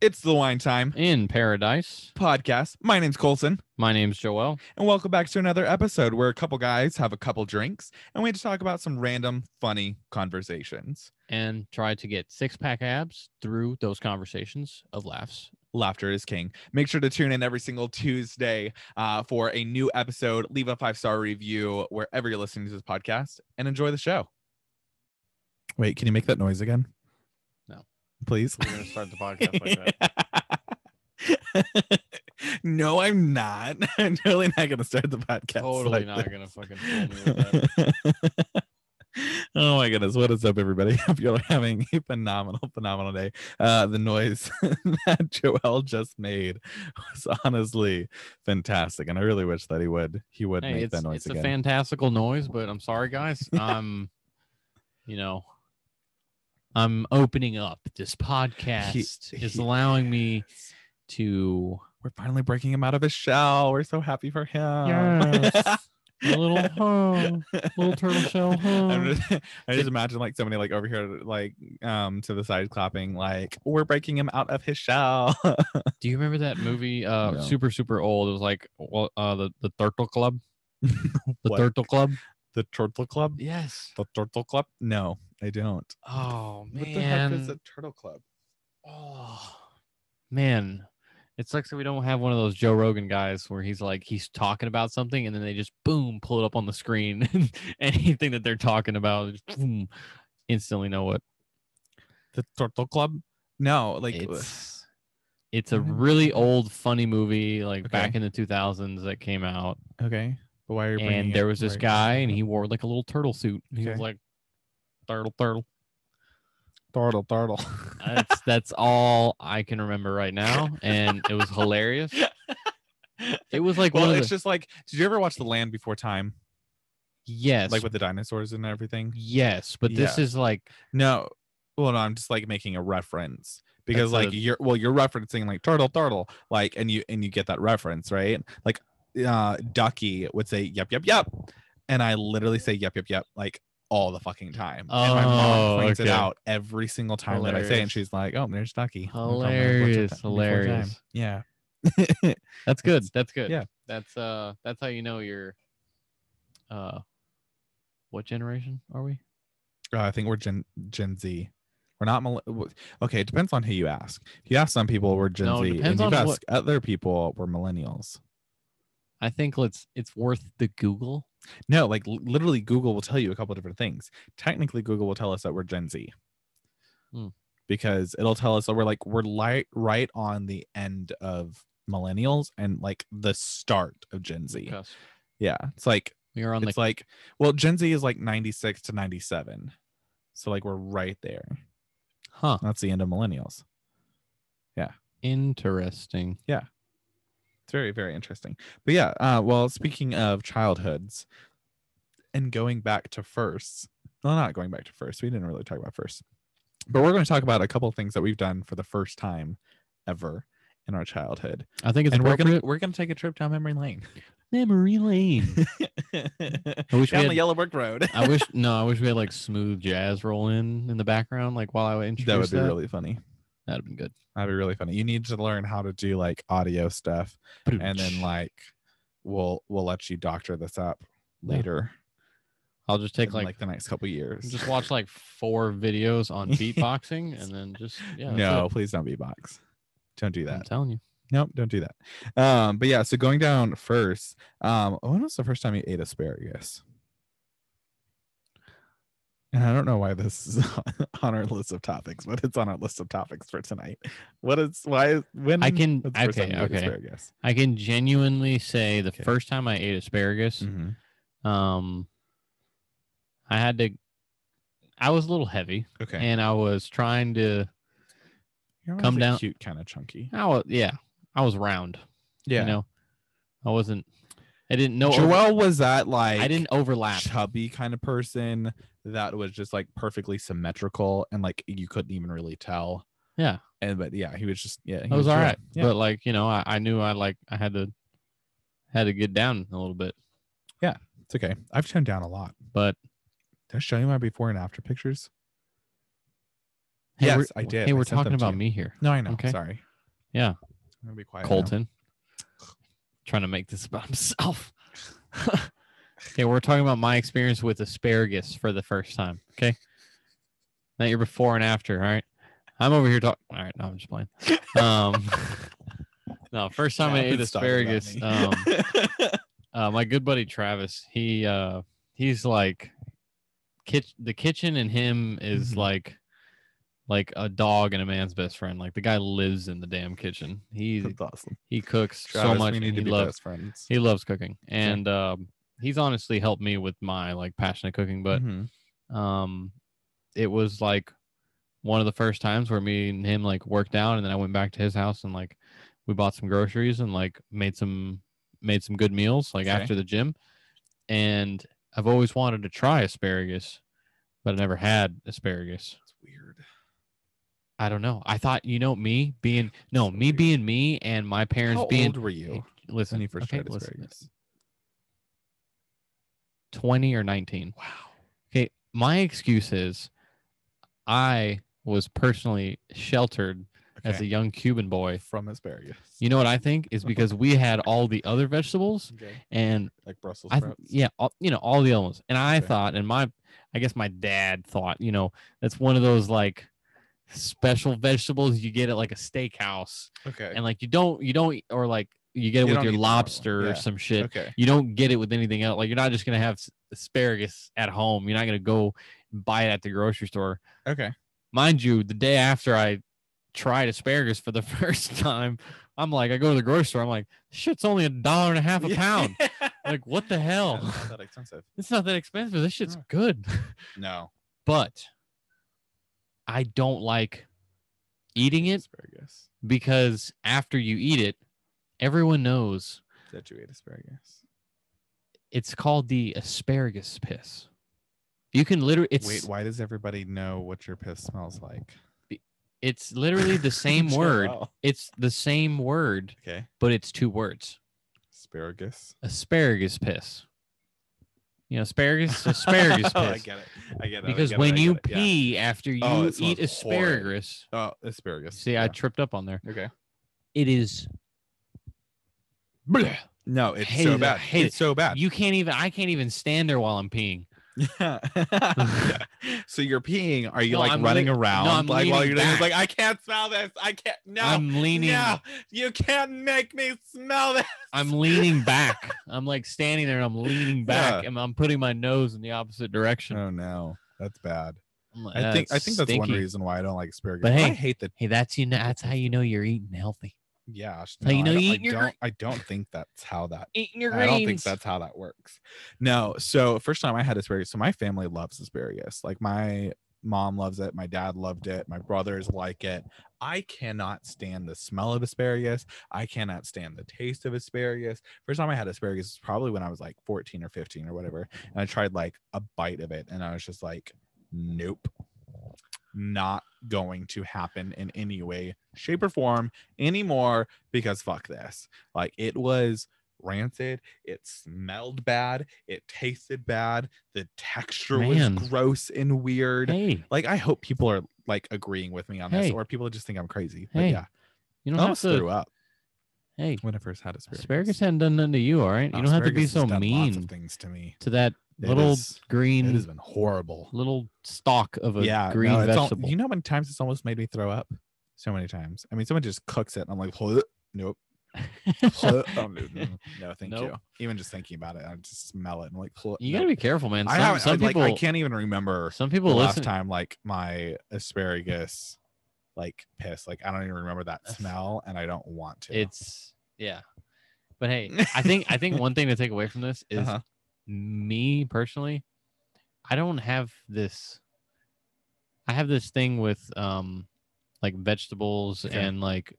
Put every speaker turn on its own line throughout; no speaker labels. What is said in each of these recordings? It's the Wine Time
in paradise.
podcast. My name's Colson,
My name's Joel.
and welcome back to another episode where a couple guys have a couple drinks and we had to talk about some random funny conversations.
and try to get six pack abs through those conversations of laughs.
Laughter is king. Make sure to tune in every single Tuesday uh, for a new episode. Leave a five star review wherever you're listening to this podcast and enjoy the show. Wait, can you make that noise again?
No.
Please.
We're gonna start the podcast like that.
no, I'm not. I'm totally not going to start the podcast.
Totally
like
not
this.
gonna fucking fool me with
oh my goodness. What is up, everybody? Hope you're having a phenomenal, phenomenal day. Uh, the noise that Joel just made was honestly fantastic. And I really wish that he would he would
Hey,
make
it's
that noise
it's a
again.
fantastical noise, but I'm sorry, guys. I'm, you know, I'm opening up. This podcast is
he-
allowing me to
We're finally breaking him out of his shell. We're so happy for him.
Yes. a little home, little turtle shell
I'm
home.
just, I just imagine like somebody like over here like um to the side clapping like we're breaking him out of his shell.
Do you remember that movie? Uh,
No.
super super old. It was like well, uh, the the Turtle Club. the
What?
Turtle Club.
the turtle club?
Yes.
The turtle club? No, I don't.
Oh man.
turtle club?
Oh man. It sucks that we don't have one of those Joe Rogan guys where he's like he's talking about something and then they just boom pull it up on the screen. Anything that they're talking about, just boom, instantly know what
The turtle club? No, like
it's. It's a
I don't
really old funny movie, like back
Okay.
in the 2000s that came out,
okay. But why are you bringing
and
it-
there was
why
this
are you
guy,
bringing
and
it
he wore like a little turtle suit. and He was
Okay.
like, "Turtle, turtle."
up? turtle turtle.
That's that's all I can remember right now, and it was hilarious. It was like
well,
one of
it's
the-
just like did you ever watch The Land Before Time?
yes,
Like with the dinosaurs and everything?
yes, but this is like
No. Well, no, I'm just like making a reference because
That's
like
a-
you're well, you're referencing like turtle turtle, like and you and you get that reference, right? Like uh Ducky would say yep, yep, yep. And I literally say yep, yep, yep, like all the fucking time. and my
Oh,
mom points it
okay.
out every single time that I say it, and
Hilarious.
she's like, Oh, there's Ducky. I'm from Land Before
hilarious,
Ti- Before
hilarious.
Time." Yeah.
That's good. That's good.
yeah.
that's uh, that's how you know you're. Uh, what generation are we?
Uh, I think we're Gen Gen Z. We're not mil- w- okay. It depends on who you ask. If you ask some people, we're Gen
No,
Z. And
it
if
depends
you
on
ask
what-
other people, we're millennials.
I think let's. It's worth the Google.
No, like l- literally, Google will tell you a couple different things. Technically, Google will tell us that we're Gen Z
Hmm.
because it'll tell us that we're like we're li- right on the end of millennials and like the start of Gen Z.
Cusp.
Yeah, it's like
We are on
it's
the
like well, Gen Z is like ninety six to ninety seven, so like we're right there.
huh.
That's the end of millennials.
Interesting.
It's very, very interesting. But yeah, uh, well, speaking of childhoods and going back to firsts, well, not going back to first, we didn't really talk about first, but we're going to talk about a couple of things that we've done for the first time ever in our childhood.
I think it's
and we're gonna
appropriate.
we're gonna take a trip down memory lane.
memory lane. I wish we
down the
had-
yellow brick road.
I wish no, I wish we had like smooth jazz roll in in the background, like while I would introduce
that would be really funny.
that'd have been good.
That'd be really funny. You need to learn how to do like audio stuff and then like we'll we'll let you doctor this up
Yeah.
later.
I'll just take
in,
like,
like the next couple years.
just watch like four videos on beatboxing and then just yeah. that's
no,
it.
please don't beatbox. Don't do
I'm
that.
telling you.
Nope, don't do that. Um, but yeah, so going down first, um, when was the first time you ate asparagus? And I don't know why this is on our list of topics, but it's on our list of topics for tonight. What is why when
can-
was the first time
okay,
you ate
okay.
asparagus?
I can genuinely say the
Okay.
first time I ate asparagus,
Mm-hmm.
um I had to I was a little heavy
Okay,
and I was trying to
You're
come
always a
down-
cute, kind of chunky.
I was yeah, I was round.
Yeah,
You know? I wasn't I didn't know over-
Joelle was that like
I didn't overlap.
chubby kind of person that was just like perfectly symmetrical and like you couldn't even really tell.
Yeah.
And but yeah, he was just yeah. he
I was all
Joel.
right,
Yeah.
but like you know, I, I knew I like I had to had to get down a little bit.
it's okay. I've toned down a lot.
But
Did I show you my before and after pictures?
hey,
yes,
we're-
I did.
Hey,
I
we're
sent them
talking
to
about
you.
me here.
No, I know.
Okay.
Sorry.
Yeah.
I'm gonna be quiet. now.
Colton. Trying to make this about himself. okay, we're talking about my experience with asparagus for the first time. Okay. Not your before and after. All right. I'm over here talking. All right. No, I'm just playing. Um, no, first time I
Yeah,
ate
it's talking about
asparagus.
me.
Um, uh, my good buddy Travis, he uh, he's like, kitch- the kitchen and him is
Mhm.
like, like a dog and a man's best friend. Like the guy lives in the damn kitchen. He
That's awesome.
he cooks
Travis,
so much.
We
and
need to
he
be
loves
best friends.
he loves cooking, and um, he's honestly helped me with my like passionate cooking. But
Mhm.
um, it was like one of the first times where me and him like worked out, and then I went back to his house and like we bought some groceries and like made some made some good meals like
Okay.
after the gym. And I've always wanted to try asparagus, but I never had asparagus.
That's weird.
I don't know. I thought you know me being no
So
me
weird.
being me and my parents
How
being
old were you
listen
when you first
okay,
tried
listen,
asparagus?
20 or 19.
Wow.
Okay, my excuse is I was personally sheltered as a
Okay. Uh-huh.
young Cuban boy.
from asparagus.
You know what I think is because we had all the other vegetables
Okay.
and
Like Brussels
I th-
sprouts.
yeah, all, you know all the other ones. And I
Okay.
thought and my I guess my dad thought, you know, that's one of those like special vegetables you get at like a steakhouse
Okay.
and like you don't you don't or like you get it
You
with
don't
your
eat the normal,
lobster
yeah.
or some shit
okay.
you don't get it with anything else. Like you're not just gonna have s- asparagus at home. You're not gonna go buy it at the grocery store.
Okay.
Mind you, the day after I tried asparagus for the first time, I'm like, I go to the grocery store. I'm like, shit's only a dollar and a half a
Yeah.
pound. like what the
Yeah,
hell?
it's not that expensive.
It's not that expensive. This shit's
No.
good.
No.
But I don't like eating it
Asparagus.
because after you eat it, everyone knows
That you ate asparagus.
it's called the asparagus piss. You can literally it's
Wait, why does everybody know what your piss smells like?
It's literally the same word.
Joel.
It's the same word,
Okay.
but it's two words.
Asparagus.
Asparagus piss. You know, asparagus, asparagus piss.
Oh, I get it. I get it. I
because
get it, I
when
get
you
it, yeah.
pee after you
Oh, it
eat
smells horrid.
asparagus,
Oh, asparagus.
see, I
yeah.
tripped up on there.
okay.
It is. Blech.
No, it's
Hate
so
it,
bad.
hate
it's so bad.
You can't even. I can't even stand there while I'm peeing.
Yeah. So you're peeing. Are you
No,
like
I'm
running
lea-
around?
no, I'm
like while you're
leaning
doing this, like
back.
I can't smell this. I can't. No.
I'm leaning.
No, you can't make me smell this.
I'm leaning back. I'm like standing there and I'm leaning back
Yeah.
and I'm putting my nose in the opposite direction.
Oh no, that's bad.
I'm like,
I
"Ah,
think I
it's
think that's one
stinky."
reason why I don't like asparagus.
But
I
hey-
hate the
Hey, that's you know that's how you know you're eating healthy.
yeah.
how you know
I, don't-
you
I
eat your
don't. I don't think that's how that.
Eating your
I don't think that's how that works. No. So first time I had asparagus. So my family loves asparagus. Like my mom loves it. My dad loved it. My brothers like it. I cannot stand the smell of asparagus. I cannot stand the taste of asparagus. First time I had asparagus was probably when I was like 14 or 15 or whatever. And I tried like a bite of it and I was just like, nope. Not going to happen in any way, shape, or form anymore because fuck this. Like it was rancid. It smelled bad. It tasted bad. The texture
Man.
was gross and weird
Hey,
like I hope people are like agreeing with me on this,
Hey.
or people just think I'm crazy. But
Hey,
yeah, I
you don't have
almost threw
to.
up
Hey,
when I first had asparagus.
asparagus hadn't done nothing to you, all right?
No,
you don't have to be
asparagus has
so
done lots
mean
of things to me.
to that
It
little
is- it
green
has been horrible.
little stalk of a
Yeah,
green
no, it's all-
vegetable.
you know how many times it's almost made me throw up? So many times. I mean, someone just cooks it, and I'm like, "Ugh, nope. Ugh, oh, no, no, no, thank
Nope.
you. Even just thinking about it, I just smell it. and I'm like, "Ugh,
You
nope."
gotta be careful, man.
I
Some,
haven't.
some
I,
people,
like, I can't even remember
some people
the
listen.
last time like my asparagus like piss like i don't even remember that
That's-
smell and i don't want to
It's yeah, but hey, I think I think one thing to take away from this is
Uh-huh.
me personally, I don't have this. I have this thing with um, like vegetables
Okay.
and like,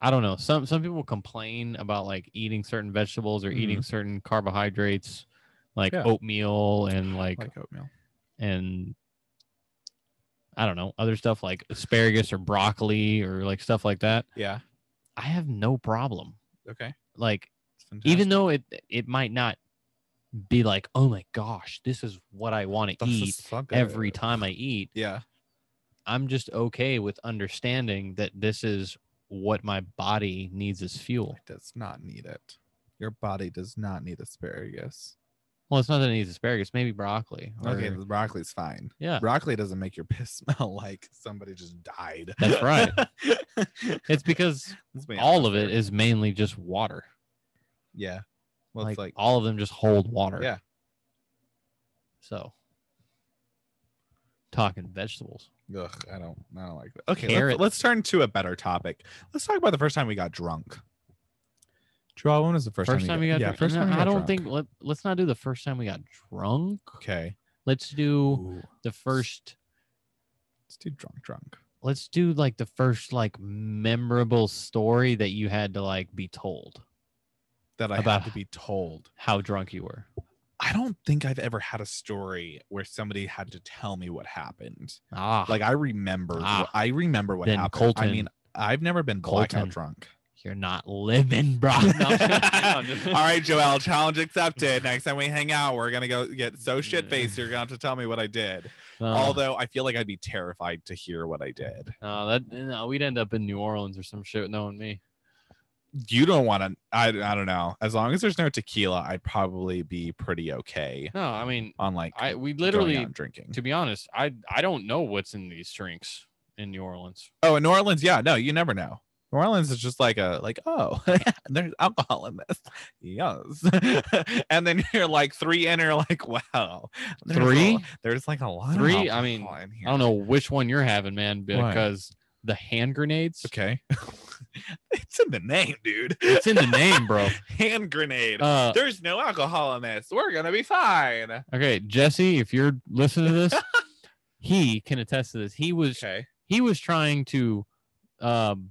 I don't know. Some some people complain about like eating certain vegetables or eating certain carbohydrates, like
Yeah.
oatmeal and like,
like oatmeal
and. I don't know other stuff like asparagus or broccoli or like stuff like that.
yeah
I have no problem.
okay
Like
It's fantastic.
even though it it might not be like, oh my gosh, this is what I want to
This
eat
is so good.
every time I eat.
yeah
I'm just okay with understanding that this is what my body needs as fuel.
It does not need it. Your body does not need asparagus.
Well, it's not that it needs asparagus, maybe broccoli.
Okay,
or-
the broccoli's fine.
Yeah.
Broccoli doesn't make your piss smell like somebody just died.
That's right. It's because
Let's be
all of
honest
it
here.
is mainly just water.
Yeah. Well,
like,
it's like
all of them just hold water.
Yeah.
So talking vegetables.
Ugh, I don't, I don't like that. Okay, let's,
Carrots.
let's turn to a better topic. Let's talk about the first time we got drunk. Drew, when was the first,
First, time we got
yeah,
drunk.
first
no,
time we
I
got
don't
drunk.
think let, let's not do the first time we got drunk.
Okay,
Let's do
Ooh,
the first
let's do drunk, drunk.
let's do like the first like memorable story that you had to like be told
That I
About-
had to be told.
how drunk you were.
I don't think I've ever had a story where somebody had to tell me what happened.
Ah
Like I remember,
Ah.
I remember what
Then
happened. I
Colton-
mean, I've never been
Colton.
blackout drunk.
you're not living, bro. No, I'm just-
All right, Joel, challenge accepted. Next time we hang out, we're gonna go get so shit faced. You're gonna have to tell me what I did.
No,
Although I feel like I'd be terrified to hear what I did.
no, that no, we'd end up in New Orleans or some shit knowing me.
You don't want to. I, I don't know. As long as there's no tequila, I'd probably be pretty okay
No, I mean
on like
I we
going out
literally
and drinking.
to be honest, I I don't know what's in these drinks in New Orleans.
oh, in New Orleans, yeah, no, you never know. New Orleans is just like a like oh, there's alcohol in this, yes. and then you're like three in, you're like wow, there's a-
Three?
there's like a lot. of
Three? I mean,
alcohol in
I
here.
don't know which one you're having, man,
Why?
because the hand grenades.
Okay, it's in the name, dude.
It's in the name, bro.
Hand grenade.
Uh,
There's no alcohol in this. We're gonna be fine.
okay, Jesse, if you're listening to this, he can attest to this. He was
Okay.
he was trying to um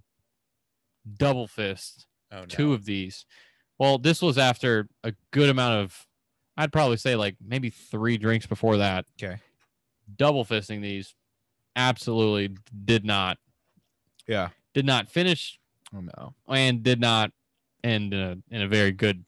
double fist
Oh no.
two of these. Well, this was after a good amount of I'd probably say like maybe three drinks before that.
Okay.
Double fisting these absolutely did not
Yeah.
did not finish
Oh no.
and did not end in a, in a very good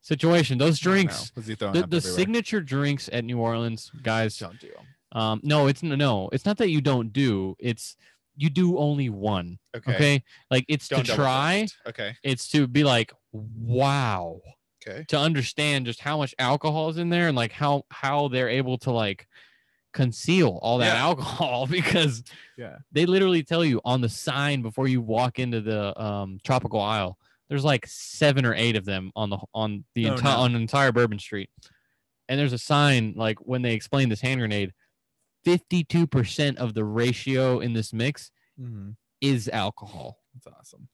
situation. Those drinks,
Was he throwing
the,
Oh, up
the
everywhere?
signature drinks at New Orleans, guys.
Don't do 'em.
Um, no, it's no, it's not that you don't do. It's you do only one.
Okay.
Okay, like it's
Don't
to
double
try.
fist. Okay.
It's to be like, wow,
Okay.
to understand just how much alcohol is in there and like how how they're able to like conceal all that
Yeah.
alcohol because
Yeah.
they literally tell you on the sign before you walk into the um, tropical aisle. There's like seven or eight of them on the on the
Oh,
entire
no.
on entire Bourbon Street, and there's a sign like when they explain this hand grenade, fifty two percent of the ratio in this mix
Mm-hmm.
is alcohol.
That's awesome.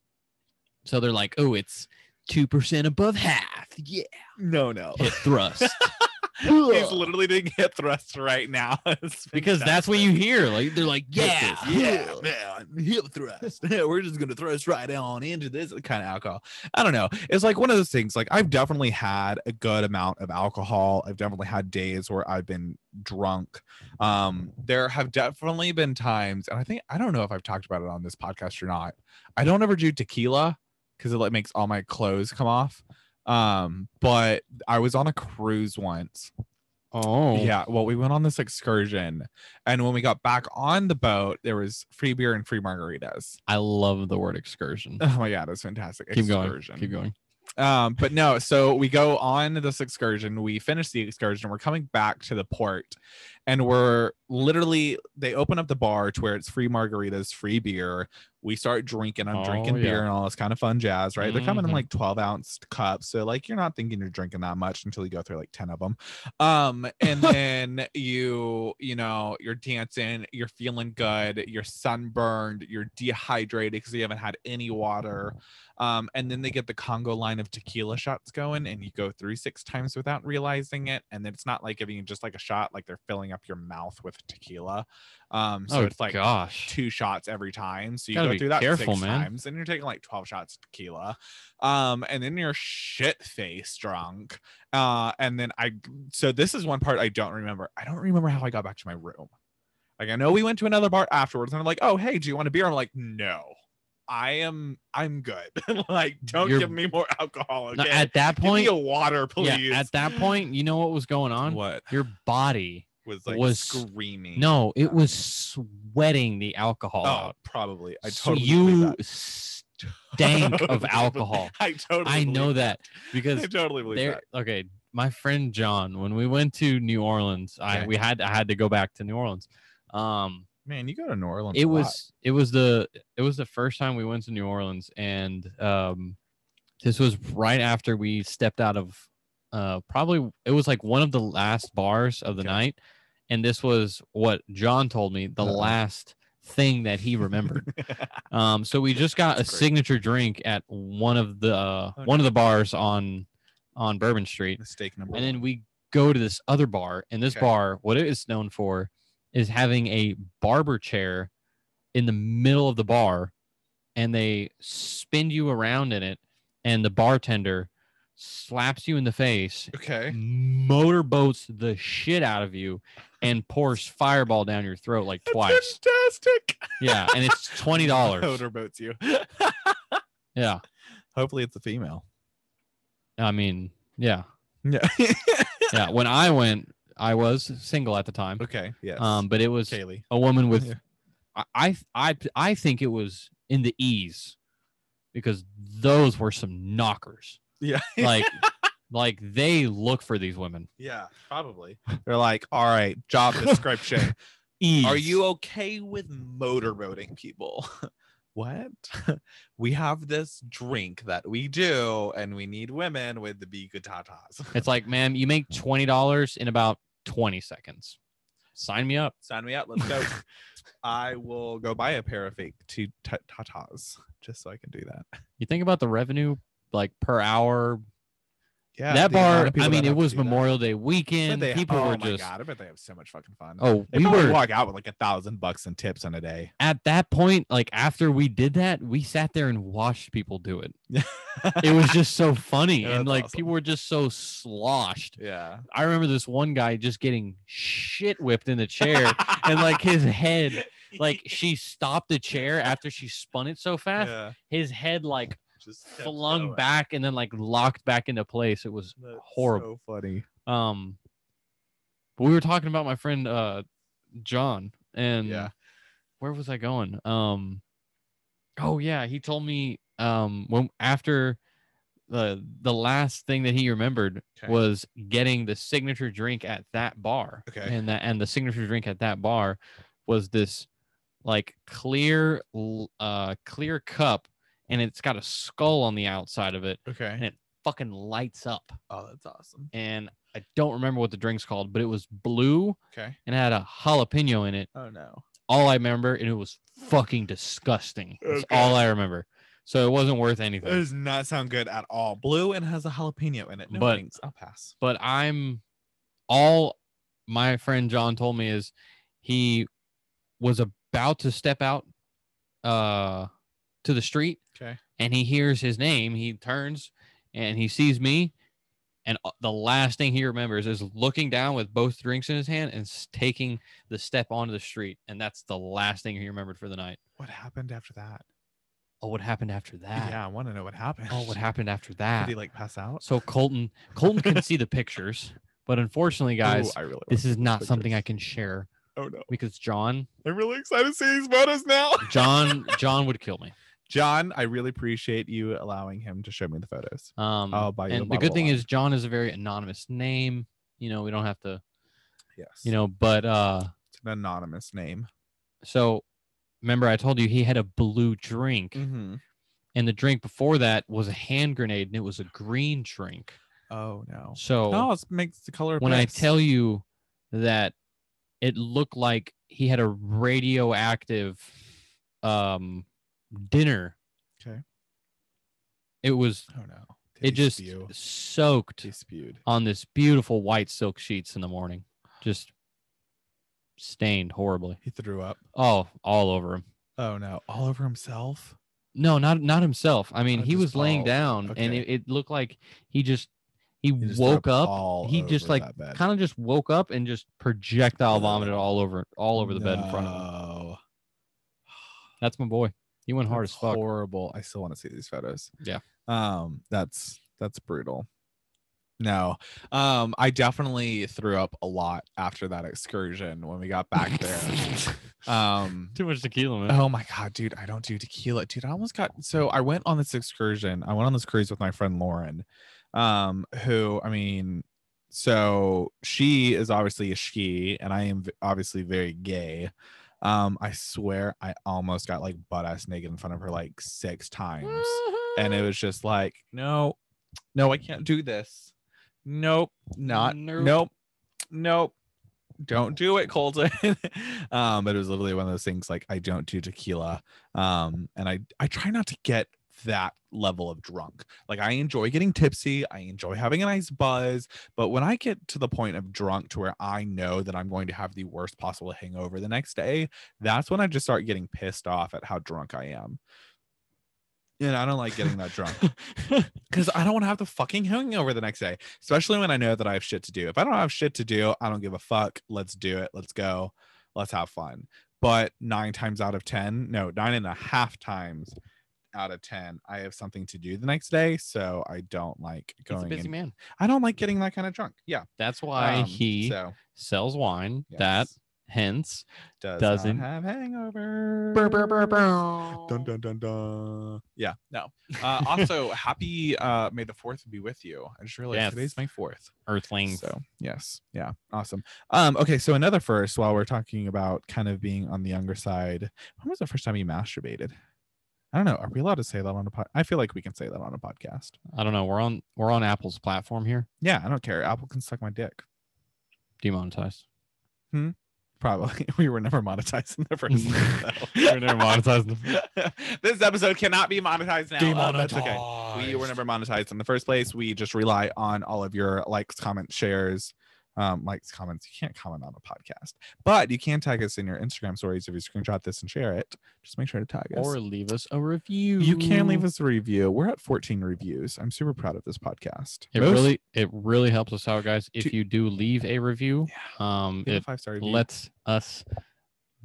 So they're like, oh, it's two percent above half. Yeah,
No, no.
hit thrust.
He's literally doing hit thrust right now. It's
because that's what you
fantastic.
hear. Like they're like, yeah,
Hit this. yeah, man, hip thrust. We're just gonna thrust right on into this kind of alcohol. I don't know. It's like one of those things. Like I've definitely had a good amount of alcohol. I've definitely had days where I've been drunk. Um, there have definitely been times, and I think I don't know if I've talked about it on this podcast or not. I don't ever do tequila because it like makes all my clothes come off. Um, but I was on a cruise once
Oh,
yeah. Well, we went on this excursion, and when we got back on the boat, there was free beer and free margaritas.
I love the word excursion.
Oh my god, it was fantastic.
Keep going.
excursion.
Keep going.
Um, but no, so we go on this excursion, we finish the excursion, we're coming back to the port, and we're literally they open up the bar to where it's free margaritas, free beer. We start drinking. I'm
Oh,
drinking
yeah.
beer and all this kind of fun jazz, right? They're coming in
Mhm.
like 12 ounce cups. So like you're not thinking you're drinking that much until you go through like 10 of them. Um, and then you, you know, you're dancing, you're feeling good, you're sunburned, you're dehydrated because you haven't had any water. Um, and then they get the Congo line of tequila shots going, and you go through six times without realizing it. And it's not like giving you just like a shot, like they're filling up your mouth with tequila. Um, so
oh
it's like
gosh,
two shots every time. So you
Gotta
go
be
through that
careful,
six
man.
times, and you're taking like 12 shots of tequila. Um, and then you're shit faced drunk. Uh, and then I, so this is one part I don't remember. I don't remember how I got back to my room. Like I know we went to another bar afterwards, and I'm like, oh hey, do you want a beer? I'm like, no. I am I'm good. like, don't
You're-
give me more alcohol.
No,
Okay.
at that
give me
point,
a water, please.
yeah, at that point, you know what was going on?
what
Your body.
was like
was-
screaming.
No, it was sweating the alcohol
Oh,
out.
probably. I
So
totally believe
you
that.
dank
totally
of
believe-
alcohol.
I totally.
I know
believe
that
I
because
totally believe
there.
that.
Okay, my friend John, when we went to New Orleans, I
Okay.
we had I had to go back to New Orleans. Um,
Man, you go to New Orleans.
it
a lot.
was it was the it was the first time we went to New Orleans, and um, this was right after we stepped out of uh probably it was like one of the last bars of the
Okay.
night, and this was what John told me the
Uh-oh.
last thing that he remembered. Um, so we just got
That's
a
great.
signature drink at one of the uh,
Oh,
one of the bars on on Bourbon Street,
mistake number.
and then
one.
we go to this other bar. And this
Okay.
bar, what it is known for, is having a barber chair in the middle of the bar, and they spin you around in it, and the bartender slaps you in the face,
okay.
motorboats the shit out of you, and pours fireball down your throat like twice.
Fantastic.
yeah, and it's twenty dollars.
Motorboats you.
Yeah.
Hopefully, it's a female.
I mean, yeah,
Yeah.
yeah. When I went, I was single at the time,
okay. Yes.
um, but it was
Kaylee.
a woman with.
Yeah.
I, I, I, I think it was in the E's, because those were some knockers.
Yeah.
Like, like they look for these women.
yeah. Probably. They're like, all right, job description.
E's.
Are you okay with motorboating people? what? we have this drink that we do, and we need women with the big tatas.
It's like, ma'am, you make twenty dollars in about twenty seconds. Sign me up.
Sign me up. Let's go. I will go buy a pair of fake two ta- tatas just so I can do that.
You think about the revenue, like per hour.
Yeah,
that
the amount
bar.
of people
I mean,
that
it
have to
was
do that.
Memorial Day
I bet
weekend.
they-
People
oh
were
my
just.
God, I bet they have so much fucking fun.
Oh,
They
we
probably
were
walk out with like a thousand bucks in tips on a day.
at that point, like after we did that, we sat there and watched people do it. It was just so funny.
Yeah,
and
that's
like
awesome.
people were just so sloshed.
yeah.
I remember this one guy just getting shit whipped in the chair and like his head, like she stopped the chair after she spun it so fast.
yeah,
His head like
just kept
flung
going.
back and then like locked back into place. It was
That's
horrible.
So funny.
Um, but we were talking about my friend uh John and
Yeah.
where was I going? Um, oh yeah, he told me um when after the the last thing that he remembered
Okay.
was getting the signature drink at that bar.
Okay.
and that and the signature drink at that bar was this like clear l- uh clear cup and it's got a skull on the outside of it
Okay.
fucking lights up
Oh, that's awesome.
and I don't remember what the drink's called, but it was blue
Okay.
and it had a jalapeno in it.
Oh no.
All I remember, and it was fucking disgusting. That's
Okay.
all I remember. So it wasn't worth anything.
does not sound good at all. Blue and has a jalapeno in it. No
But-
thanks. I'll pass.
But I'm all my friend John told me is he was about to step out uh to the street
Okay.
and he hears his name. He turns and he sees me. And uh, the last thing he remembers is looking down with both drinks in his hand and s- taking the step onto the street. And that's the last thing he remembered for the night.
What happened after that?
Oh, what happened after that?
Yeah, I want to know what happened.
Oh, what happened after
Did
that?
he like pass out?
so Colton, Colton can see the pictures, but unfortunately, guys,
Ooh, I really
this
wanna
is
see
not
these
something I
pictures.
can share
Oh no.
because John,
I'm really excited to see these photos now.
John, John would kill me.
John, I really appreciate you allowing him to show me the photos.
Um,
I'll buy Oh, you a
and the
bottle
good
of
thing
wine.
is John is a very anonymous name. You know, we don't have to,
Yes.
you know, but uh,
it's an anonymous name.
so remember I told you he had a blue drink
Mm-hmm.
and the drink before that was a hand grenade and it was a green drink.
Oh no.
So
No, it makes the color. of
when I
piss.
tell you that it looked like he had a radioactive um dinner.
Okay.
It was
Oh no.
it
He
just
spew.
soaked
He spewed.
on this beautiful white silk sheets in the morning. Just stained horribly.
He threw up.
Oh, all over him.
Oh no. All over himself.
No, not not himself. I mean,
Oh,
he
just
was laying
all-
down, and
okay.
it, it looked like he just he,
He just threw
woke up.
all
He just
over
like
that bed.
kind of just woke up and just projectile
Ugh.
vomited all over all over the bed in front of him.
No.
That's my boy. He went hard
That's
as fuck.
Horrible. I still want to see these photos.
Yeah.
Um. That's that's brutal. No. Um, I definitely threw up a lot after that excursion when we got back there. um
Too much tequila, man.
Oh my god, dude, I don't do tequila. Dude, I almost got so I went on this excursion. I went on this cruise with my friend Lauren, um, who I mean, so she is obviously a she, and I am v- obviously very gay. Um, I swear I almost got like butt ass naked in front of her like six times. And it was just like, no, no, I can't do this. Nope, not
Nope.
nope, nope don't do it colton um but it was literally one of those things like i don't do tequila um and i i try not to get that level of drunk like i enjoy getting tipsy i enjoy having a nice buzz but when i get to the point of drunk to where i know that i'm going to have the worst possible hangover the next day that's when i just start getting pissed off at how drunk i am and i don't like getting that drunk because I don't want to have the fucking hangover the next day, especially when I know that I have shit to do. If I don't have shit to do, I don't give a fuck. Let's do it. Let's go. Let's have fun. But nine times out of 10, no, nine and a half times out of 10, I have something to do the next day. So I don't like
He's a
going.
busy
in-
man.
I don't like getting that kind of drunk. Yeah.
That's why
Um,
he
so,
sells wine.
yes.
That hence.
does
doesn't-
not have hangover. Dun dun dun dun. Yeah, no. Uh, also, happy uh, May the Fourth be with you. I just realized
Yes.
today's May Fourth.
Earthlings.
So yes, yeah, awesome. Um, okay, so another first while we're talking about kind of being on the younger side, when was the first time you masturbated? I don't know. Are we allowed to say that on a pod? I feel like we can say that on a podcast.
I don't know. We're on we're on Apple's platform here.
Yeah, I don't care. Apple can suck my dick.
Demonetized.
Probably. We were never monetized in the first.
We're never monetized.
monetized. this episode cannot be monetized now. Uh, that's okay. we were never monetized in the first place. We just rely on all of your likes, comments, shares, um, likes, comments. You can't comment on a podcast, but you can tag us in your Instagram stories if you screenshot this and share it. Just make sure to tag us.
Or leave us a review.
you can leave us a review. We're at 14 reviews. I'm super proud of this podcast.
It
Most-
really it really helps us out, guys. If
To-
you do leave a review,
yeah,
um,
leave a
it
five star review.
lets us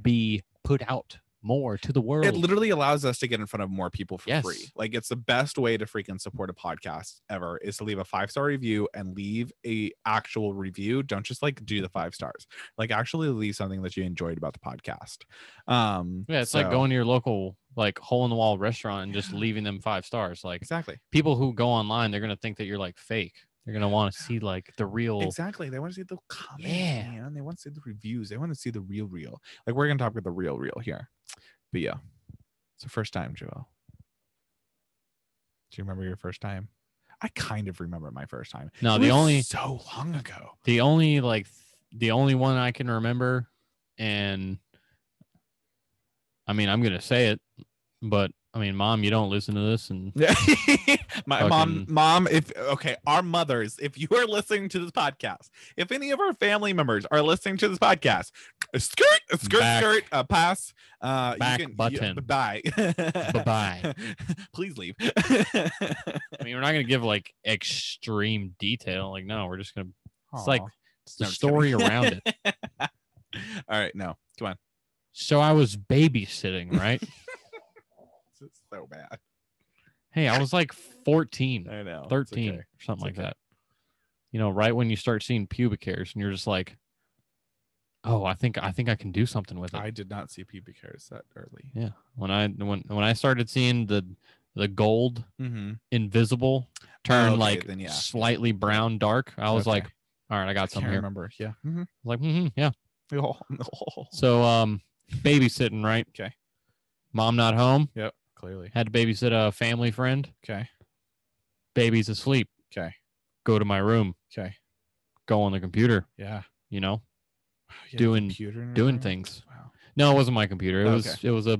be put out more to the world.
it literally allows us to get in front of more people for
Yes.
free. Like it's the best way to freaking support a podcast ever is to leave a five star review and leave a actual review. Don't just like do the
Mm-hmm.
five stars. Like actually leave something that you enjoyed about the podcast. Um
yeah, it's
so-
like going to your local like hole in the wall restaurant and just leaving them five stars. Like
exactly
people who go online, they're gonna think that you're like fake. They're gonna want to see like the real.
exactly. They want to see the comments,
Yeah.
man. They want to see the reviews. They want to see the real real. Like we're gonna talk about the real real here. But yeah, it's the first time, Joel. Do you remember your first time? I kind of remember my first time.
No,
It
the
was
only
so long ago.
the only like th- the only one I can remember, and I mean I'm gonna say it, but I mean, mom, you don't listen to this, and
Yeah. My mom,
Fucking-
mom, if okay, our mothers, if you are listening to this podcast, if any of our family members are listening to this podcast, skirt, skirt,
Back.
skirt, uh, pass, uh,
Back
you can,
button.
bye,
Bye-bye.
Please leave.
I mean we're not gonna give like extreme detail. Like no, we're just gonna it's like
Aw.
it's the
No, just kidding.
story around it.
all right, no, come on,
So I was babysitting, right?
this is so bad.
hey, I was like 14.
I know, Oh, it's
13
okay.
or something
It's
like
okay.
that. You know, right when you start seeing pubic hairs and you're just like, oh, I think I think I can do something with it.
I did not see pubic hairs that early.
yeah. When I when when I started seeing the the gold
Mm-hmm.
invisible turn
Oh, okay,
like
then yeah.
slightly brown dark, I was
Okay.
like, all right, I got
I
something
can't
here.
remember. Yeah. Mhm.
I was Like, mm-hmm, yeah.
Oh,
So um babysitting, right?
Okay.
Mom not home,
Yep. Clearly.
had to babysit a family friend,
Okay.
baby's asleep,
Okay.
go to my room,
Okay.
go on the computer,
Yeah.
you know,
You had a
Doing-
computer in your
doing
room?
things.
Wow.
No, it wasn't my computer. It
Oh,
was
Mm-hmm. okay.
it was a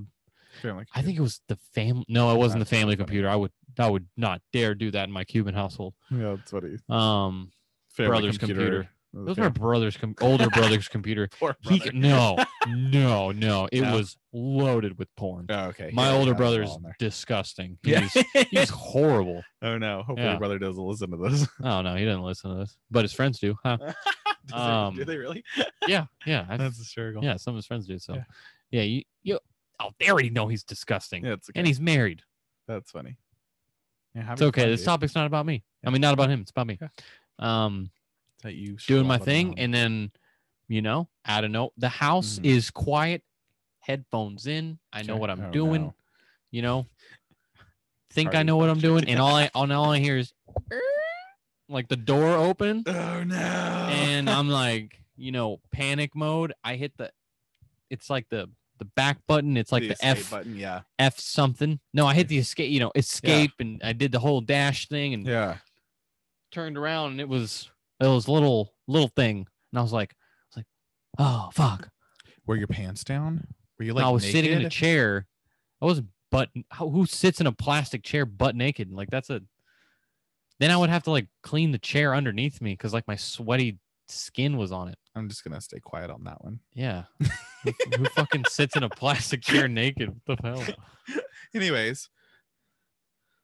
Family
I think it was the family. No, it wasn't
That's
the family
funny.
computer. I would I would not dare do that in my Cuban household.
yeah, that's what he.
Um, brother's computer. it was my
Okay.
brother's com- older brother's computer.
Poor
He
brother.
c- no no no. It
No?
was loaded with porn.
Oh, okay.
my
Yeah, yeah,
older
that's
brother's
all in there.
disgusting.
Yeah.
He's, he's horrible.
oh no. Hopefully,
Yeah.
your brother doesn't listen to this.
Oh no, he doesn't listen to this, but his friends do, huh?
Does it-
Um,
do they really?
Yeah, yeah, I've-
hysterical.
yeah. Some of his friends do. So,
Yeah.
yeah, you, you, oh, they already know he's disgusting,
Yeah, it's okay.
and he's married.
that's funny. Yeah, have
It's
your
okay.
fun,
this
dude.
topic's not about me. I mean, not about him. It's about me. um,
that you
doing
swap
my
it
thing,
around.
and then you know, I don't know. The house
Mhm.
is quiet, headphones in. I know
Okay.
what I'm
Oh,
doing.
no.
You know, think I
Party
know what I'm doing,
function.
and all I all, all I hear is like the door open,
Oh no!
and I'm like, you know, panic mode. I hit the, it's like the the back button. It's like the,
escape
F
button. Yeah,
F something. No, I hit the escape. You know, escape, and I did the whole dash thing, and
yeah.
turned around and it was it was a little little thing and i was like i was like oh fuck
Were your pants down? Were you
And
like
i was sitting in a
naked?
chair i was butt how, who sits in a plastic chair butt naked like that's a then i would have to like clean the chair underneath me because like my sweaty skin was on it
I'm just gonna stay quiet on that one.
yeah who, who fucking sits in a plastic chair naked what the hell
Anyways,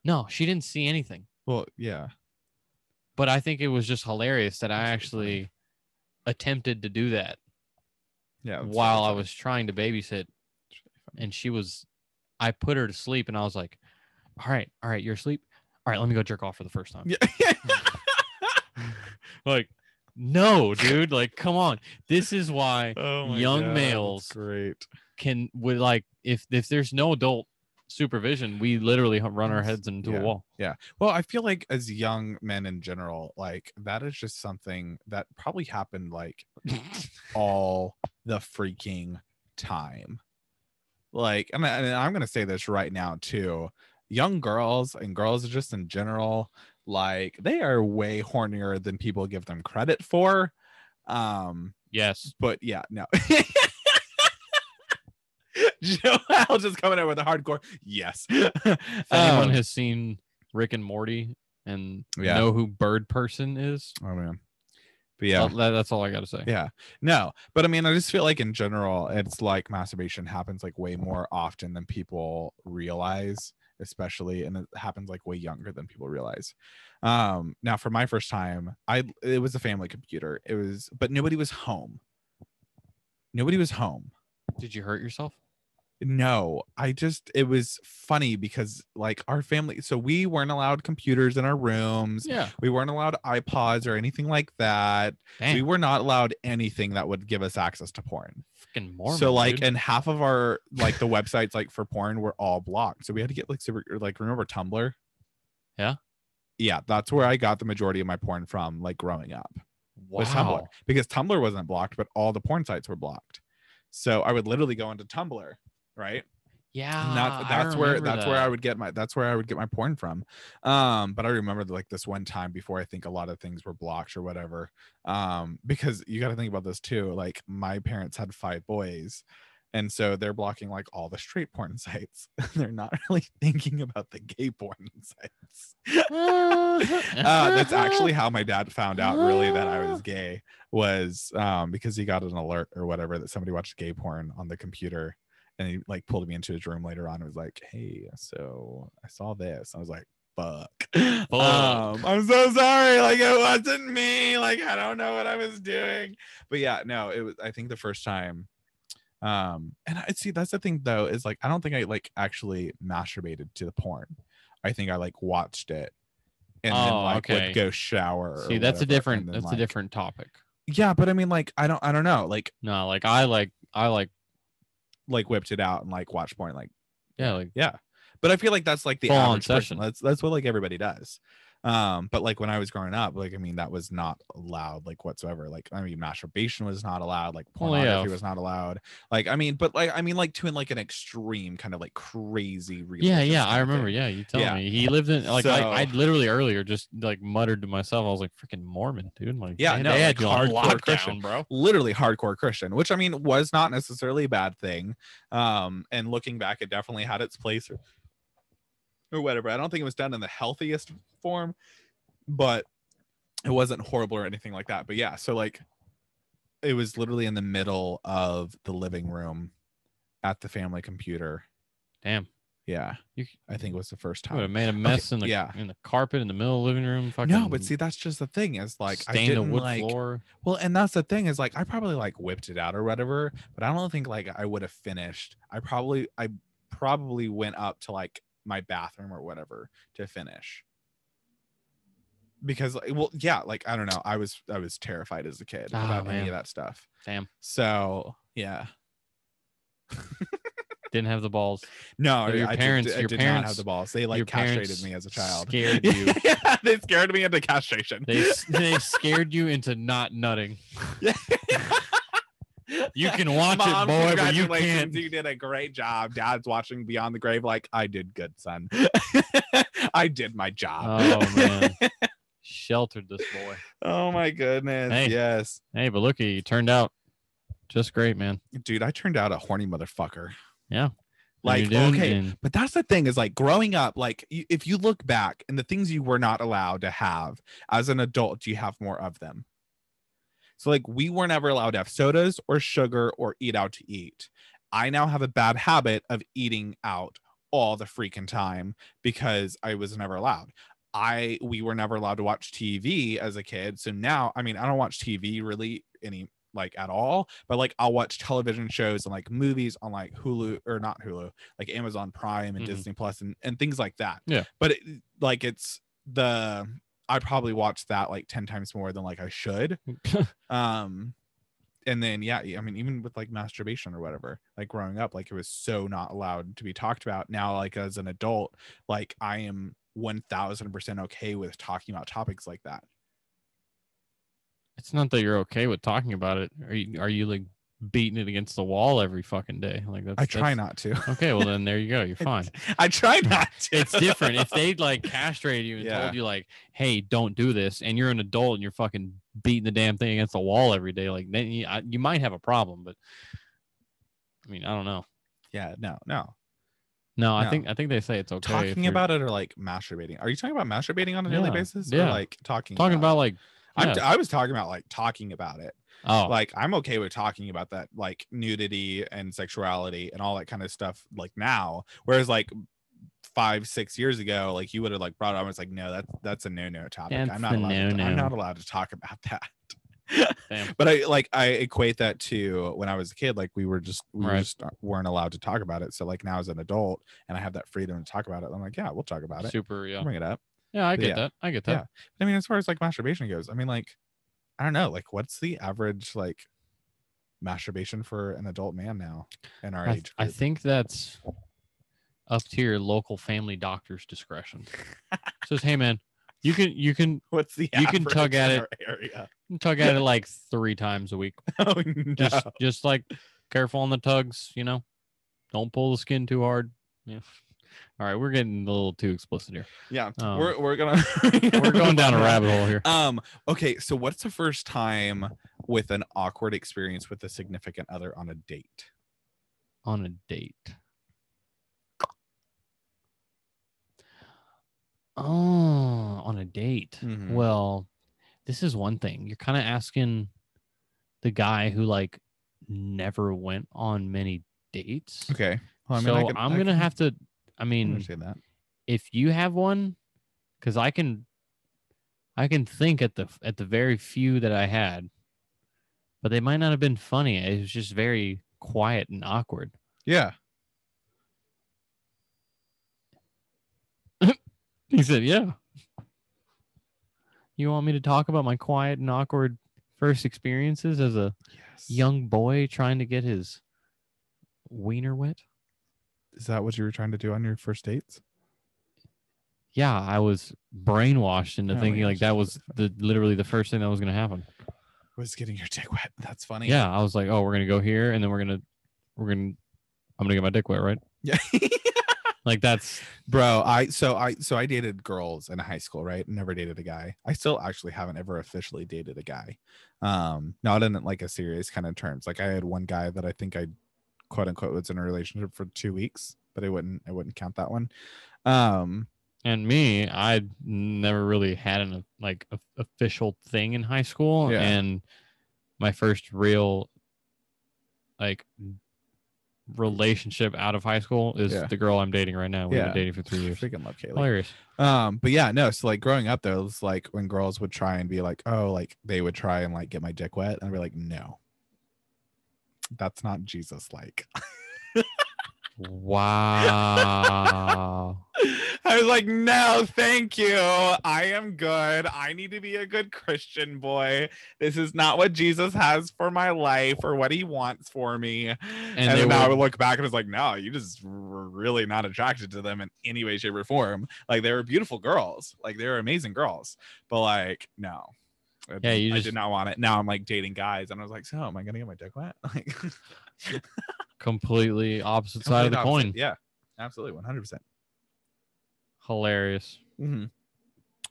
no she didn't see anything
well, yeah,
but i think it was just hilarious that i
That's pretty funny.
actually attempted to do that
yeah. that's
while I
really
was trying to babysit,
funny.
and she was, I put her to sleep, and I was like, "All right, all right, you're asleep. All right, let me go jerk off for the first time."
funny.
like, no, dude, like, come on. This is why
Yeah. oh
Young
that's
males.
Great.
can we like if if there's no adult supervision, we literally h- run our heads into
Yeah.
a wall.
Well, I feel like as young men in general, like that is just something that probably happened like all the freaking time. Like, and, I, and I'm going to say this right now too. Young girls and girls just in general, like they are way hornier than people give them credit for. Um,
yes,
but yeah, no. Joel just coming out with a hardcore yes.
if
Um,
anyone has seen Rick and Morty and
Yeah.
know who Bird Person is,
oh man, but yeah,
that- that's all I gotta say.
Yeah. No, but I mean, I just feel like in general, it's like masturbation happens like way more often than people realize, especially, and it happens like way younger than people realize. Um, now for my first time, I it was a family computer. It was, but nobody was home. Nobody was home.
Did you hurt yourself?
No, I just it was funny because like our family, so we weren't allowed computers in our rooms.
Yeah.
We weren't allowed iPods or anything like that
Damn.
we were not allowed anything that would give us access to porn.
fucking Mormon.
so like,
dude.
and half of our like the websites like for porn were all blocked. So we had to get like super like remember Tumblr?
Yeah.
Yeah, that's where I got the majority of my porn from, like growing up was Tumblr
Wow.
because Tumblr wasn't blocked, but all the porn sites were blocked. So I would literally go into Tumblr, right?
Yeah,
and that,
Ah, I
that's where
remember
that's where I
that.
would get my that's where I would get my porn from. Um, but I remember like this one time before I think a lot of things were blocked or whatever. Um, because you got to think about this too. Like my parents had five boys, and so they're blocking like all the straight porn sites. they're not really thinking about the gay porn sites. uh, that's actually how my dad found out really that I was gay was um, because he got an alert or whatever that somebody watched gay porn on the computer and he like pulled me into his room later on and was like, hey, so I saw this. I was like, fuck. Um, I'm so sorry. Like it wasn't me. Like I don't know what I was doing. But yeah, no, it was I think the first time um and I see that's the thing though is like I don't think I like actually masturbated to the porn. I think I like watched it and then
Oh,
like
okay.
would go shower. or
See, that's a
whatever, and
different
then,
that's
like-
a different topic.
Yeah, but I mean like I don't I don't know. Like
No, like I like I like
like whipped it out and like watched porn like
yeah, like
yeah but i feel like that's like the
Full-on
average person.
session.
that's that's what like everybody does um but like when i was growing up like i mean that was not allowed like whatsoever like i mean masturbation was not allowed like
Well, yeah.
pornography was not allowed like i mean but like i mean like to in like an extreme kind of like crazy
yeah,
religious
yeah.
kind
I
of
remember.
thing.
Yeah, you tell
Yeah.
me he lived in like
So-
I, I literally earlier just like muttered to myself. I was like freaking Mormon, dude. Like
Yeah,
they,
no,
they had
like,
you on
hardcore
lockdown,
Christian.
bro.
literally hardcore christian which i mean was not necessarily a bad thing um and looking back it definitely had its place or, or whatever i don't think it was done in the healthiest form but it wasn't horrible or anything like that but yeah so like it was literally in the middle of the living room at the family computer
Damn,
yeah
You-
i think it was the first
would have
time
made a mess in the
yeah.
in the carpet in the middle of the living room. Fucking
no but see that's just the thing is like i
stained the
didn't
wood
like
floor.
Well, and that's the thing is like I probably like whipped it out or whatever, but I don't think like I would have finished. I probably I probably went up to like my bathroom or whatever to finish. because like, well yeah like i don't know i was i was terrified as a kid
Ah,
about any
man.
of that stuff
Damn.
so yeah
Didn't have the balls.
no
So your
I did-
parents-
I
your
did not have
parents-
the balls they like
your
castrated
parents
me as a child
scared you.
yeah they scared me into castration
They they scared you into not nutting. You can watch
Mom,
it, boy, but you
congratulations.
can't.
You did a great job. Dad's watching Beyond the Grave, like, I did good, son. I did my job.
Oh man, sheltered this boy.
oh my goodness.
Hey.
Yes.
Hey, but look, you turned out just great, man.
Dude, I turned out a horny motherfucker.
Yeah.
Like,
And you're doing-
okay.
and-
But that's the thing is like growing up, like y- if you look back and the things you were not allowed to have as an adult, you have more of them. So, like, we were never allowed to have sodas or sugar or eat out to eat. I now have a bad habit of eating out all the freaking time because I was never allowed. I we were never allowed to watch TV as a kid. So now, I mean, I don't watch TV really any like at all, but like I'll watch television shows and like movies on like Hulu or not Hulu, like Amazon Prime and
Mhm.
Disney Plus and, and things like that.
Yeah.
But it, like it's the I probably watch that like 10 times more than like I should. Um and then yeah, I mean even with like masturbation or whatever, like growing up like it was so not allowed to be talked about. Now like as an adult, like I am 1000% okay with talking about topics like that.
it's not that you're okay with talking about it. Are you are you like beating it against the wall every fucking day? Like that's
I try
that's-
not to.
Okay, well then there you go. You're fine.
I try not to.
it's different if they like castrated you and
Yeah.
told you like hey don't do this and you're an adult and you're fucking beating the damn thing against the wall every day like then you, I, you might have a problem but i mean i don't know
Yeah, no, no.
no, i
No.
think i think they say it's okay if
talking
you're
about it or like masturbating? Are you talking about masturbating on a daily
Yeah,
basis? Or
yeah.
like talking
talking about
it?
like
I'm
yeah.
t- I was talking about like talking about it.
oh
Like I'm okay with talking about that, like nudity and sexuality and all that kind of stuff. Like now, whereas like five, six years ago, like you would have like brought it. up. I was like, no, that's that's a no no topic.
That's
I'm not
the
allowed. To, I'm
no-no.
not allowed to talk about that.
damn.
but I like I equate that to when I was a kid, like we were just we
Right.
just uh, weren't allowed to talk about it. So like now as an adult, and I have that freedom to talk about it. I'm like, yeah, we'll talk about it.
super
I'll
yeah
Bring it up.
yeah i
But
get
yeah.
that i get
Yeah.
that
I mean, as far as like masturbation goes, I mean, like I don't know, like what's the average like masturbation for an adult man now in our
I,
age?
I
group?
think that's up to your local family doctor's discretion says hey man you can you can
what's the
you can tug
average
at
in
it.
our area?
tug at it like three times a week
Oh
just
no.
just like careful on the tugs, you know. Don't pull the skin too hard. Yeah. All right, we're getting a little too explicit here.
yeah,
um,
we're we're gonna
We're going down a
rabbit.
rabbit hole here.
Um, okay, so what's the first time with an awkward experience with a significant other on a date?
On a date. Oh, on a date.
Mhm.
Well, this is one thing. You're kind of asking the guy who like never went on many dates.
Okay.
so I'm gonna have to. I mean,
understand that.
if you have one because i can i can think at the at the very few that i had but they might not have been funny it was just very quiet and awkward
Yeah.
he said yeah you want me to talk about my quiet and awkward first experiences as a
Yes.
young boy trying to get his wiener wet
Is that what you were trying to do on your first dates?
yeah i was brainwashed into
Oh my
thinking
gosh,
like that was
that's
the literally the first thing that was going to happen
Was getting your dick wet. That's funny.
Yeah, I was like, oh, we're gonna go here, and then we're gonna, we're gonna, I'm gonna get my dick wet, right?
Yeah.
Like that's
Bro, I so I so I dated girls in high school, right? Never dated a guy. I still actually haven't ever officially dated a guy. Um, not in like a serious kind of terms. Like I had one guy that I think I quote unquote was in a relationship for two weeks, but I wouldn't I wouldn't count that one. Um
and me. I never really had an like a, official thing in high school,
Yeah.
and my first real like relationship out of high school is
Yeah.
the girl I'm dating right now. We've
Yeah.
been dating for three years.
freaking love Kaylee.
Hilarious.
um but yeah no so like growing up though it was like when girls would try and be like oh like they would try and like get my dick wet and i'd be like no that's not jesus like
Wow.
i I was like, no, thank you. I am good. I need to be a good Christian boy. This is not what Jesus has for my life or what he wants for me. And,
they
then I
were-
would look back and was like, no, you just were really not attracted to them in any way, shape, or form. Like they were beautiful girls. Like they were amazing girls. But like, no. I
Yeah, you
I
just-
did not want it. Now I'm like dating guys, and I was like, so am I gonna get my dick wet? Like
completely opposite side of the
Complete
coin.
opposite. Yeah, absolutely, 100. percent
Hilarious.
Mm-hmm.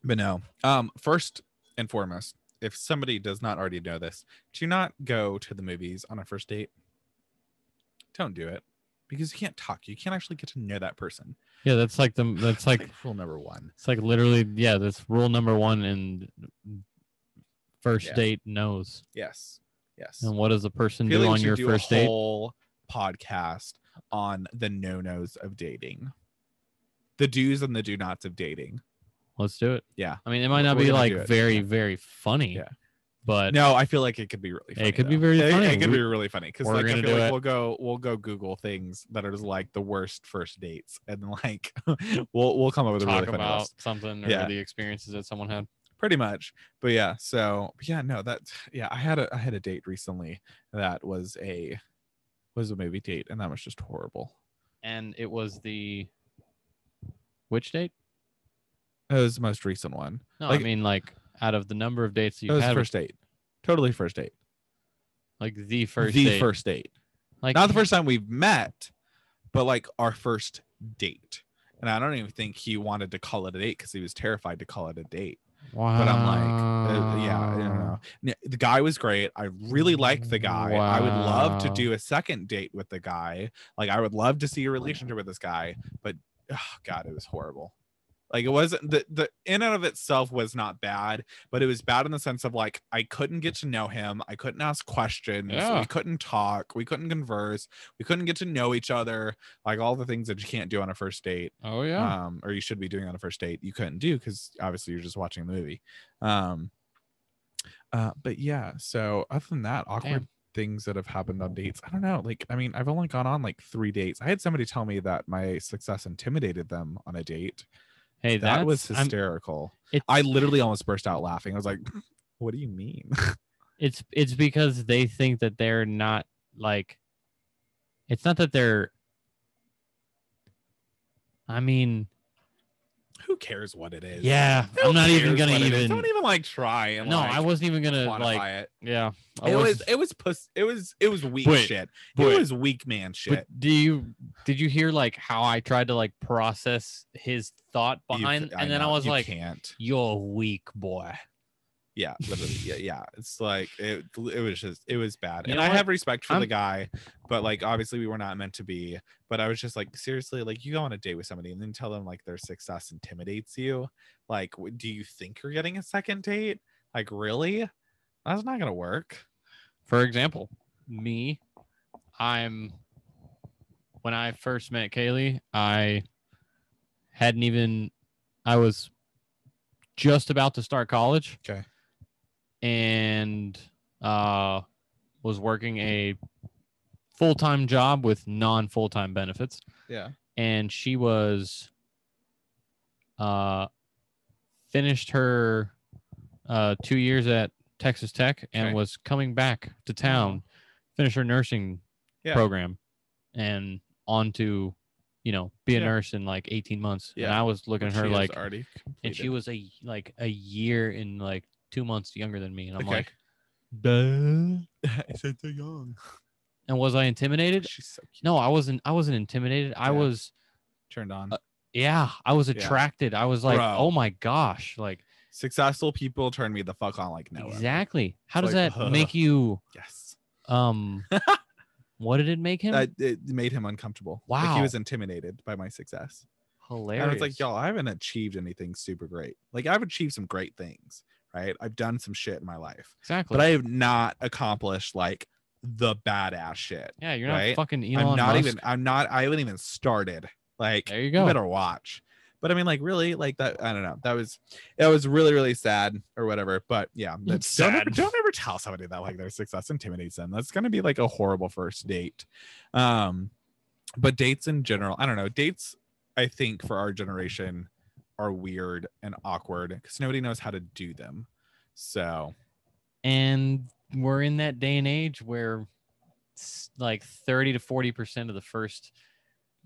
But no. Um, first and foremost, if somebody does not already know this, do not go to the movies on a first date. Don't do it because you can't talk. You can't actually get to know that person.
Yeah, that's like the that's like
rule number one.
it's like literally yeah, that's rule number one and first
Yeah.
date knows.
Yes. Yes.
And what does the person
I feel
do
like we
on
should
your
do
first
a
date?
whole podcast on the no nos of dating, the do's and the do nots of dating.
Let's do it.
Yeah.
I mean, it might not
We're
be
gonna
like
do it.
very
Yeah.
very funny,
Yeah.
but
no, I feel like it could be really. funny.
could be
though.
very
It-
funny.
It, could
We-
be really funny because
we're
like I
gonna
feel
do
like
it.
we'll go we'll go Google things that are just like the worst first dates, and then like we'll we'll come up with a
talk
really funny
about
list.
something or
Yeah.
the experiences that someone had.
Pretty much, but yeah. So but yeah, no, that yeah. I had a I had a date recently that was a was a movie date, and that was just horrible.
And it was the which date?
It was the most recent one.
No,
Like-
I mean like out of the number of dates that
It
you
was
had,
first date, totally first date,
like the first
the
date.
first date.
like
not the first time we've met, but like our first date. And I don't even think he wanted to call it a date because he was terrified to call it a date.
Wow.
But I'm like, uh, yeah, I don't know. N- The guy was great. I really like the guy. I would love to
Wow.
do a second date with the guy. Like, I would love to see a relationship with this guy. But oh, God, it was horrible. Like, it wasn't the, the in and of itself was not bad, but it was bad in the sense of like, I couldn't get to know him. I couldn't ask questions.
Yeah.
We couldn't talk. We couldn't converse. We couldn't get to know each other. Like, all the things that you can't do on a first date
Oh yeah.
um, or you should be doing on a first date, you couldn't do because obviously you're just watching the movie. Um, uh, but yeah, so other than that, awkward
Damn.
things that have happened on dates, I don't know. Like, I mean, I've only gone on like three dates. I had somebody tell me that my success intimidated them on a date.
Hey,
That was
that's- I'm-
hysterical.
It's-
I literally almost burst out laughing. I was like, "What do you mean?"
it's it's because they think that they're not like it's not that they're I mean,
Who cares what it is?
yeah,
Who
I'm not even
cares
gonna
what it is?
even
Don't even like try and
No,
like,
I wasn't even gonna
quantify
like
it.
yeah. I
It was
wasn't-
it was puss it was it was weak
But-
shit.
but-
it was weak man shit.
But do you did you hear like how I tried to like process his thought
You
behind
c-
and then I
know,
was
you
like
can't.
you're a weak boy.
Yeah, literally. Yeah, yeah. It's like it. It was just. It was bad.
You
and
know
I
what?
have respect for the
I'm-
guy, but like obviously we were not meant to be. But I was just like, seriously, like you go on a date with somebody and then tell them like their success intimidates you. Like, w- do you think you're getting a second date? Like, really? That's not gonna work.
For example, me, I'm when I first met Kaylee, I hadn't even I was just about to start college.
Okay.
And uh was working a full-time job with non-full-time benefits
Yeah.
and she was uh finished her uh two years at Texas Tech and
Okay.
was coming back to town, finish her nursing
Yeah.
program and on to, you know, be a
Yeah.
nurse in like 18 months. And
Yeah.
I was looking at
Which
her
she has
like
already.
and she
completed.
was a like a year and like two months younger than me. And I'm
Okay.
like,
Duh. I said so young.
and was I intimidated?
She's so cute.
No, I wasn't I wasn't intimidated. I
Yeah.
was
Turned on.
Uh, yeah, I was
Yeah.
attracted. I was like,
Bro.
oh my gosh. Like
Successful people turn me the fuck on like no. other.
Exactly. How
It's
does
like, uh,
that make you
Yes.
um what did it make him?
that it made him uncomfortable. like he
Wow.
was intimidated by my success.
Hilarious.
And it's like, y'all, I haven't achieved anything super great. Like I've achieved some great things, right? I've done some shit in my life,
Exactly.
but I have not accomplished like the badass shit.
yeah, you're not
right?
fucking Elon
I'm not
Musk.
even. I'm not. I haven't even started. Like
There you go.
better watch. But I mean, like really, like that. I don't know. That was, that was really, really sad or whatever. But yeah, that's
It's
Don't, ever,
sad.
don't ever tell somebody that like their success intimidates them. That's gonna be like a horrible first date. Um, but dates in general, I don't know. Dates I think for our generation are weird and awkward because nobody knows how to do them. So
and we're in that day and age where s- like 30 to 40 percent of the first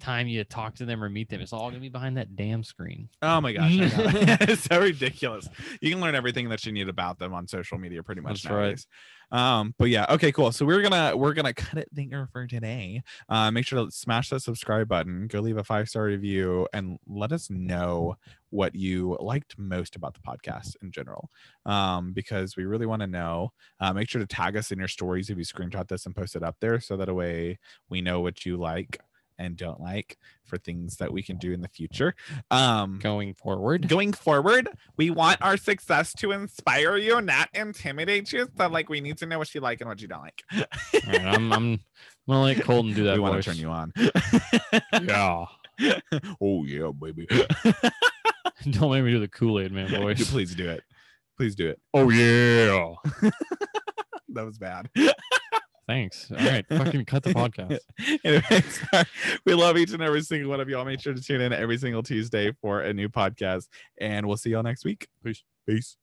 time you talk to them or meet them it's all gonna be behind that damn screen
oh my gosh, I know. it's so ridiculous. You can learn everything that you need about them on social media pretty much
That's right.
nowadays. Um, but yeah, okay, cool. So we're gonna we're gonna cut it there for today. Uh, make sure to smash that subscribe button, go leave a five star review, and let us know what you liked most about the podcast in general, um, because we really want to know. Uh, make sure to tag us in your stories if you screenshot this and post it up there, so that a way we know what you like and don't like for things that we can do in the future. Um,
going forward
going forward, we want our success to inspire you, not intimidate you. So, like, we need to know what you like and what you don't like.
all right, I'm, I'm I'm gonna let colton do that
we want
voice.
to turn you on.
yeah
oh yeah, baby.
don't make me do the kool-aid man
Do-
voice
Please do it. Please do it.
oh yeah
That was bad.
thanks all right fucking cut the podcast
Anyways, we love each and every single one of y'all. Make sure to tune in every single Tuesday for a new podcast, and we'll see y'all next week. Peace. Peace.